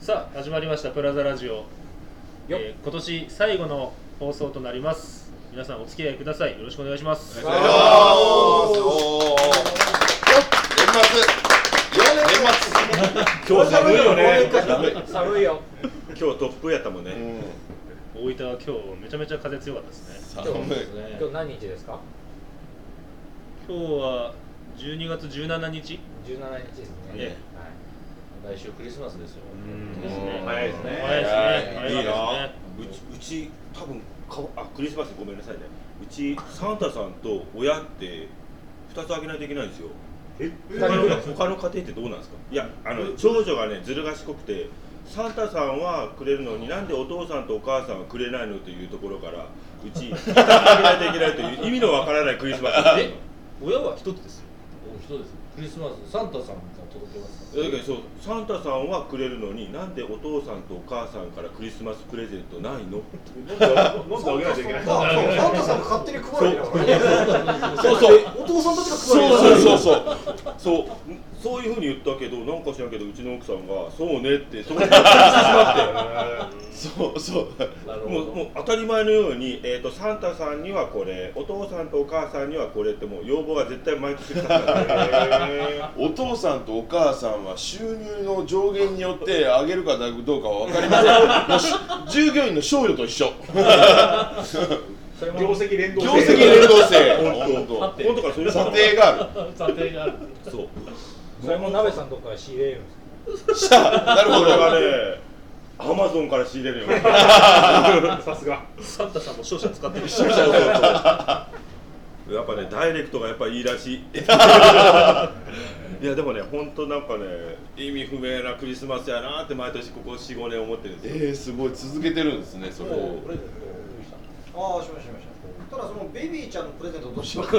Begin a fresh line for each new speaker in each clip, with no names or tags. さあ始まりました「プラザラジオ」
よっ
えー今年最後の放送となります皆さんお付き合いくださいよろしくお願いします
お
お
願
願
い
い
し
し
ま
ますす年末年末
今日寒いよね。
寒いよ
今日突風やったもんね。
大分は今日めちゃめちゃ風強かったですね
寒
今日
い
今日何日ですか
今日は12月17日
17日ですね
ね
はい来週クリスマスですよ
ですね
早いですね。
早いですね
い
早い
い
で
な
すね。
うちうち多分かあクリスマスごめんなさいね。うちサンタさんと親って二つあげないといけないんですよ。他の他の家庭ってどうなんですか。いやあの長女がねずる賢くて。サンタさんはくれるのになんでお父さんとお母さんはくれないのというところからうち二つあげないといけないと いう意味のわからないクリスマスだ
え親は一つですよ。お一つです。クリスマスサンタさんが届けます
だけどそうサンタさんはくれるのになんでお父さんとお母さんからクリスマスプレゼントないの
飲んであげないといけない
そうそうサンタさんが勝手に配るんだからね
そうそう
お父さんたちが配るんだから
そうそうそ
ね
うそうそういうふうに言ったけどなんか知らんけどうちの奥さんが「そうね」ってそう言ってしまってそうそうもうもう当たり前のように、えー、とサンタさんにはこれお父さんとお母さんにはこれってもう要望が絶対毎年来 たから
お父さんとお母さんは収入の上限によって上げるかどうかは分かりませんもうし従業員の賞与と一緒
それも
業績連動
業績連動性
本当本当からそういう
査定があ
査定がある。
そう
それも鍋さんとこから仕入れるんですか
るしたなるほ
これが
ど
ねアマゾンから仕入れ るよね
さすが。
サンタさんも勝者使ってるし
そうそうそうやっぱねダイレクトがやっぱいいらしいいやでもね本当なんかね意味不明なクリスマスやなって毎年ここ45年思ってるんですよ
えー、すごい続けてるんですねそれを
プレゼント用意したの
ああしましたしましたただそのベビーちゃんのプレゼントどうしようか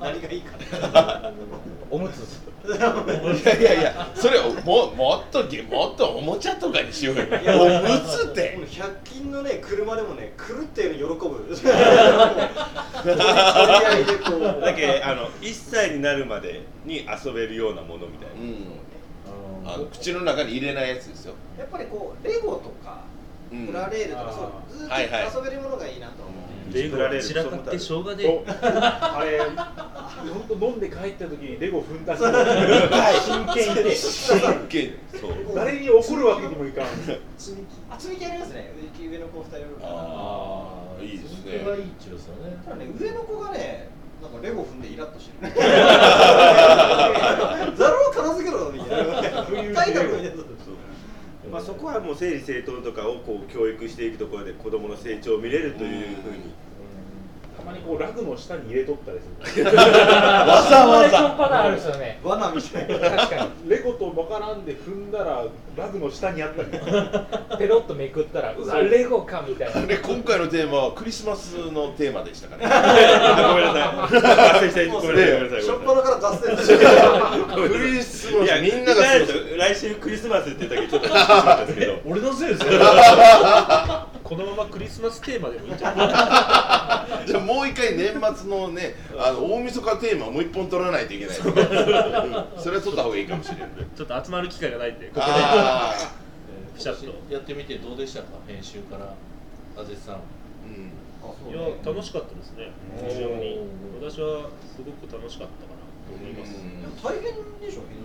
何がいいか
おむつです
いやいやいやそれをももっとげもっとおもちゃとかにしようよおむつって
もう100均のね車でもね狂ったように喜ぶもう取り合いでこう
だけあの1歳になるまでに遊べるようなものみたいな
う、んあの口の中に入れないやつですよ
やっぱりこうレゴとか
うん
プラレールとか
あ
そうず
はいは
っ
い
と遊べるものがいいなと思う
レゴは散らかってしょうがねえ
あれ、本当飲んで帰った時にレゴ踏んだ人。真剣いて。
真剣
そう
誰に怒るわけにもいかん。
積み木あ積み木ありますね上の子二人いるから
ああいいです
そ
ね
れはいいっちゅうですよね。
ただね上の子がねなんかレゴ踏んでイラッと してるざるを片付けろみたい な
冬
大学みたいな
まあ、そこはもう整理整頓とかをこう教育していくところで子どもの成長を見れるというふうに
たまにこうラグの下に入れとったりする。
わざわ
それも
ざ
パターンあるんですよね
罠みたいな
確か
レゴとバカなんで踏んだらラグの下にあったり。
にペロッとめくったらうわレゴかみたいな
で今回のテーマはクリスマスのテーマでしたかね
あごめんなさい脱線した
もう
ごめんなさいごめんなさい
初っ
ごめんなさい
端から雑誌ですよ
クリスマ
いや
スみ
み
ん
ん
な
な
が
が
過ごす
来週クリスマスって言ったけどちょっと聞いてしまったんですけど
俺のせいですよこのままクリスマステーマでもいいんじゃない
じゃあもう一回年末のねあの大晦日テーマもう一本取らないといけないですね、うんそれは取った方がいいかもしれない
ちょっと集まる機会がないんでここで
あ
ピシャッと
やってみてどうでしたか編集からあぜさん
あうん
いや楽しかったですね非常に私はすごく楽しかったかなと思います
でも大変でしょ編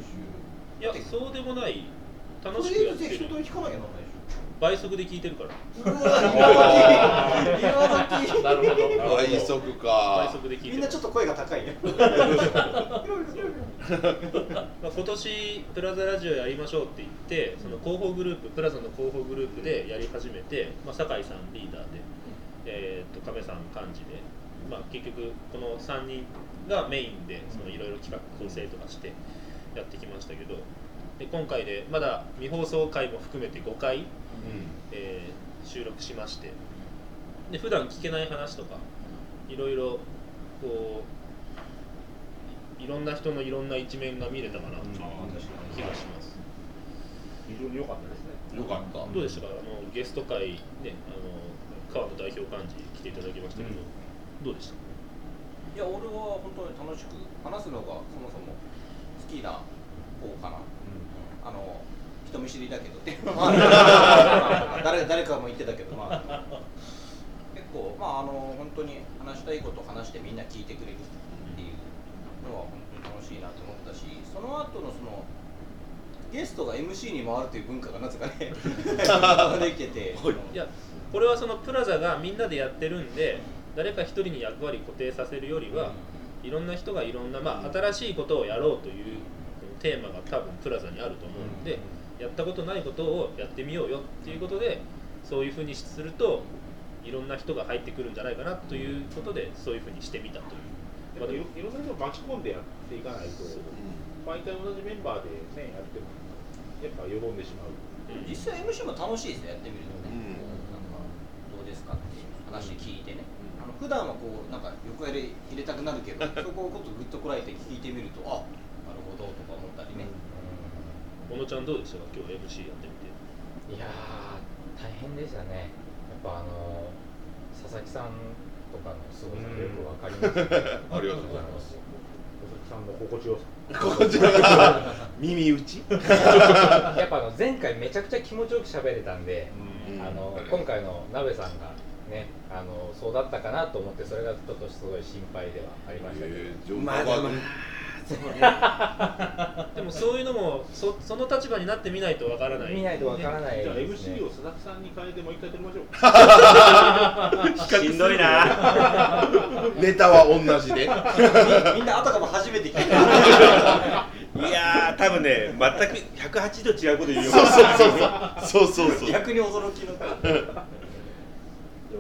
いやそうでもない
集
楽しくやっ
と
て
りあえず
る
適当に聞かなきゃならないでしょ
倍速で聞いてるから
うわ今時今時
なるほど
倍速
倍
か
速で聞いてる
みんなちょっと声が高いね
まあ、今年プラザラジオやりましょうって言ってその広報グループプラザの広報グループでやり始めて、まあ、酒井さんリーダーで、えー、と亀さん幹事で、まあ、結局この3人がメインでそのいろいろ企画構成とかしてやってきましたけどで今回でまだ未放送回も含めて5回、えー収録しましてで普段聞けない話とかいろいろこういいろんな人のいろんな一面が見れたかなという気がします。
非常に良かったですね。
よかった
どうでしたかあのゲスト会ねあの川野代表幹事来ていただきましたけど、どうでした
いや俺は本当に楽しく話すのがそもそも好きな方かな、あの一
人見知りだけどっていうのもあるまあ誰誰かも言ってたけどまあ結構まああの本当に話したいことを話してみんな聞いてくれるっていうのは本当に楽しいなと思ったしその後のそのゲストが MC に回るという文化がなぜかねできてて
はい
いやこれはそのプラザがみんなでやってるんで誰か一人に役割固定させるよりは、いろんな人がいろんな、まあ、新しいことをやろうというテーマが多分プラザにあると思うんで、やったことないことをやってみようよっていうことでそういうふうにするといろんな人が入ってくるんじゃないかなということでそういうふうにしてみたという。
いろいろんな人を巻き込んでやっていかないと、毎回同じメンバーで、ね、やっても、やっぱよどんでしまう。
うん
実際 MC も楽しいですねやってみると
う
ね、
ん
なんかどうですかっていう話聞いてね、あの普段はこうなんか横やり入れたくなる けどそこをことぐっとこらえて聞いてみるとあなるほどとか思ったりね、
小野ちゃんどうでしたか今日 MC やってみて。
いやー大変でしたねやっぱあの佐々木さんとかの凄さよくわかり ます、
ありがとうございます。
佐々木さんの心地よさ。
こちらが耳打ち、
やっぱあの前回めちゃくちゃ気持ちよく喋れたんで、
うん
あの今回の鍋さんがねあのそうだったかなと思ってそれがちょっとすごい心配ではありましたけど、
えー、情報がね
でもそういうのもそその立場になってみないとわからない。
見ないとわからない
じゃあ
です、ね、
MC を佐々木さんに変えてもう一回撮りましょう。
しんどいな
ネタは同じで。
み みんなあたかも初めて聞いた
いやー多分ね全く108度違うこと言うよ
そうそうそうそう。そうそうそう。
逆に驚 きの
でもやっ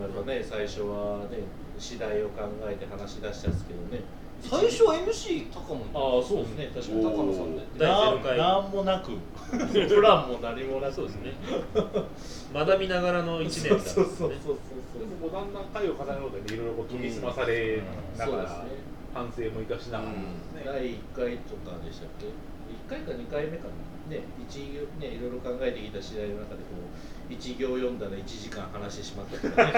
ぱね最初はね次第を考えて話し出したんですけどね
最初は MC 高
あ
も
あそうですね確かに
おー
高野さんで
第ゼロ
な
回
なんもなく プランも何もなく
そうですね。学びながらの一年だったんですね。
そう
でもこうだんだん回を重ねることでいろいろこう研ぎ澄まされながら、
うんそうですね
反省も生かしながら、ね
第1回とかでしたっけ1回か2回目かなね一行ねいろいろ考えてきた次第の中でこう1行読んだら1時間話してしまったとか、ね、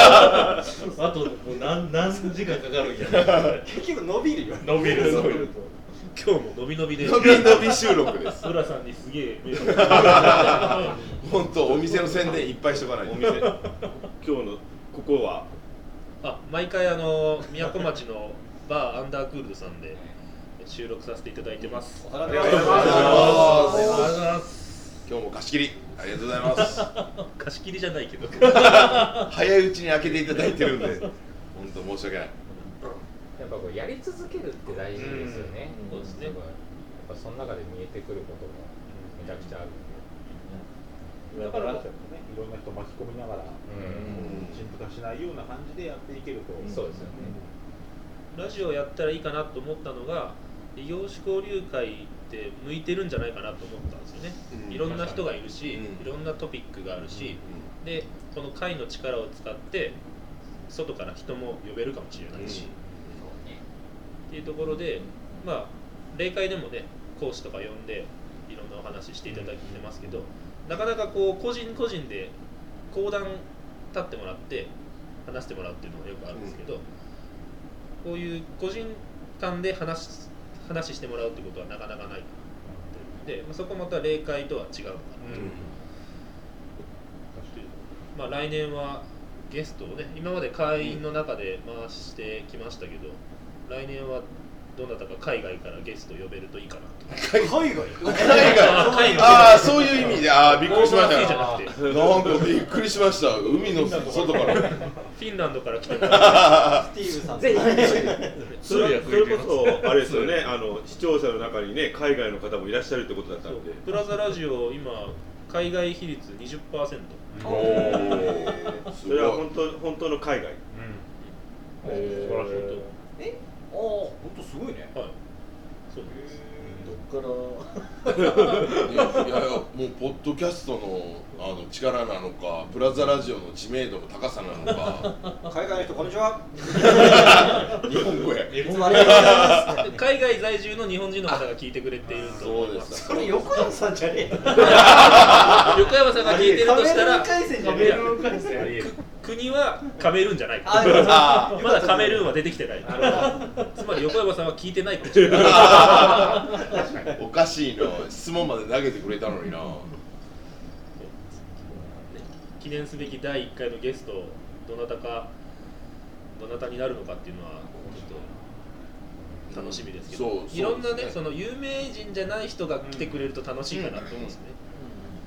あともう何何時間かかるんや
結局伸びるよ
伸びる伸びる
今日も伸び伸びで。
伸び伸び収録です。
浦さんにすげえ迷惑
本当お店の宣伝いっぱいしとかない
お
と。
店今日のここは
あ毎回あの宮古町のバーアンダークールドさんで収録させていただいてます
お花見
あ
は
りがとうござい
ありがとうご
ます。
ざいます
今日も貸し切りありがとうございます。
貸し切りじゃないけど
早いうちに開けていただいてるんで、本当申し訳ない。
やっぱこうやり続けるって大事ですよね、
うんそうですね
やっぱその中で見えてくることもめちゃくちゃあるんで
だからこそねいろんな人を巻き込みながら、
うん
陳腐化しないような感じでやっていけると、
そうですよね
ラジオやったらいいかなと思ったのが異業種交流会って向いてるんじゃないかなと思ったんですよね、
うん
いろんな人がいるし、
うん
いろんなトピックがあるし、でこの会の力を使って外から人も呼べるかもしれないし、っていうところで、まあ、例会でもね講師とか呼んでいろんなお話ししていただいてますけど、なかなかこう個人個人で講談立ってもらって話してもらうっていうのがよくあるんですけど、こういう個人間で話し話してもらうってことはなかなかないで、まあ、そこまた例会とは違うかなとまあ、来年はゲストをね今まで会員の中で回してきましたけど、来年はどなたか海外からゲスト呼べるといいかなと
海外
海
海
外、
外
ああそういう意味で、ああびっくりしまし
オーバーステイじ
た
ゃな
よ。
くてフ
なんかびっくりしました。海の外から。
ィンランドから来てもらっ
スティーブさん
ぜひ
それそれこそあれですよねあの視聴者の中にね海外の方もいらっしゃるってこと だったので
てプラザラジオ今海外比率20%
おお、す
それは
ごい
本。当本当の海外
え
素晴らしい
ー
と
えああ本当すごいね
はいそうです
どっから
いやいやもうポッドキャストのあの力なのか、プラザラジオの知名度の高さなのか、
海外の人こんにちは
日本語や。
いつもありがとうございます
海外在住の日本人の方が聞いてくれていると
そ
思
う
い
で
ます
す
そ。れ横山さんじゃねえ
横山さんが聞いてるとしたら
カメラの回線じゃね
い
え
や
の
く国はカメルーンじゃない
あでも
あー
まだカメルーンは出てきてないつまり横山さんは聞いてないってこと
おかしいな質問まで投げてくれたのにな
記念すべき第1回のゲストどなたかどなたになるのかっていうのはちょっと楽しみですけど、
そう
いろんなね
そうですね
その有名人じゃない人が来てくれると楽しいかなと思うんですね、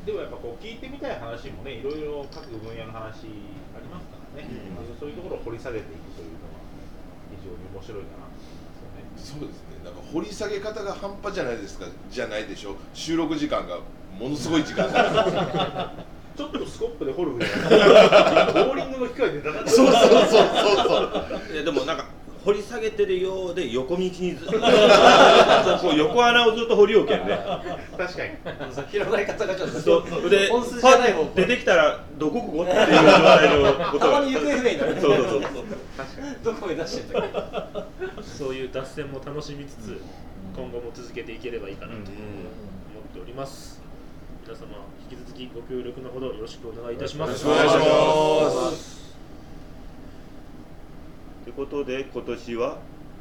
でもやっぱこう聞いてみたい話もねいろいろ各分野の話ありますからね、
うん
あのそういうところを掘り下げていくというのは非常に面白いかなと思いますよね
そうですねなんか掘り下げ方が半端じゃないですかじゃないでしょ収録時間がものすごい時間だ
ちょっとスコップで掘るぐらいだからボーリングの機械でだから
そうそうそうそうそう
いやでもなんか掘り下げてるようで横道にずっとこう横穴をずっと掘りようけんね
確かに
広がり方がちょっと
そうで
本筋じゃない方向
パッ出てきたらどこここっていう状態のこと
たまに行方不明になる
そうそうそうそう
どこ目指してたっけ
そういう脱線も楽しみつつ、今後も続けていければいいかなと思っております。皆様、引き続きご協力のほどよろしくお願いいたします。
よろしくお願いします
ってことで今年は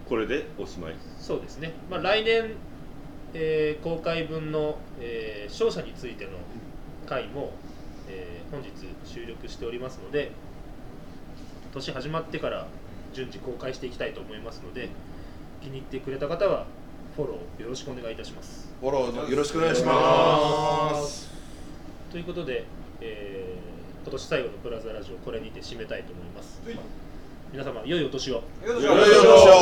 これでおしまい
そうですね、まあ、来年、えー公開分の、えー勝者についての回も、えー本日収録しておりますので年始まってから順次公開していきたいと思いますので気に入ってくれた方はフォローよろしくお願いいたします。
フォローよろしくお願いします
ということで、えー今年最後のプラザラジオこれにて締めたいと思います、皆様良いお年を
よろしくお願いします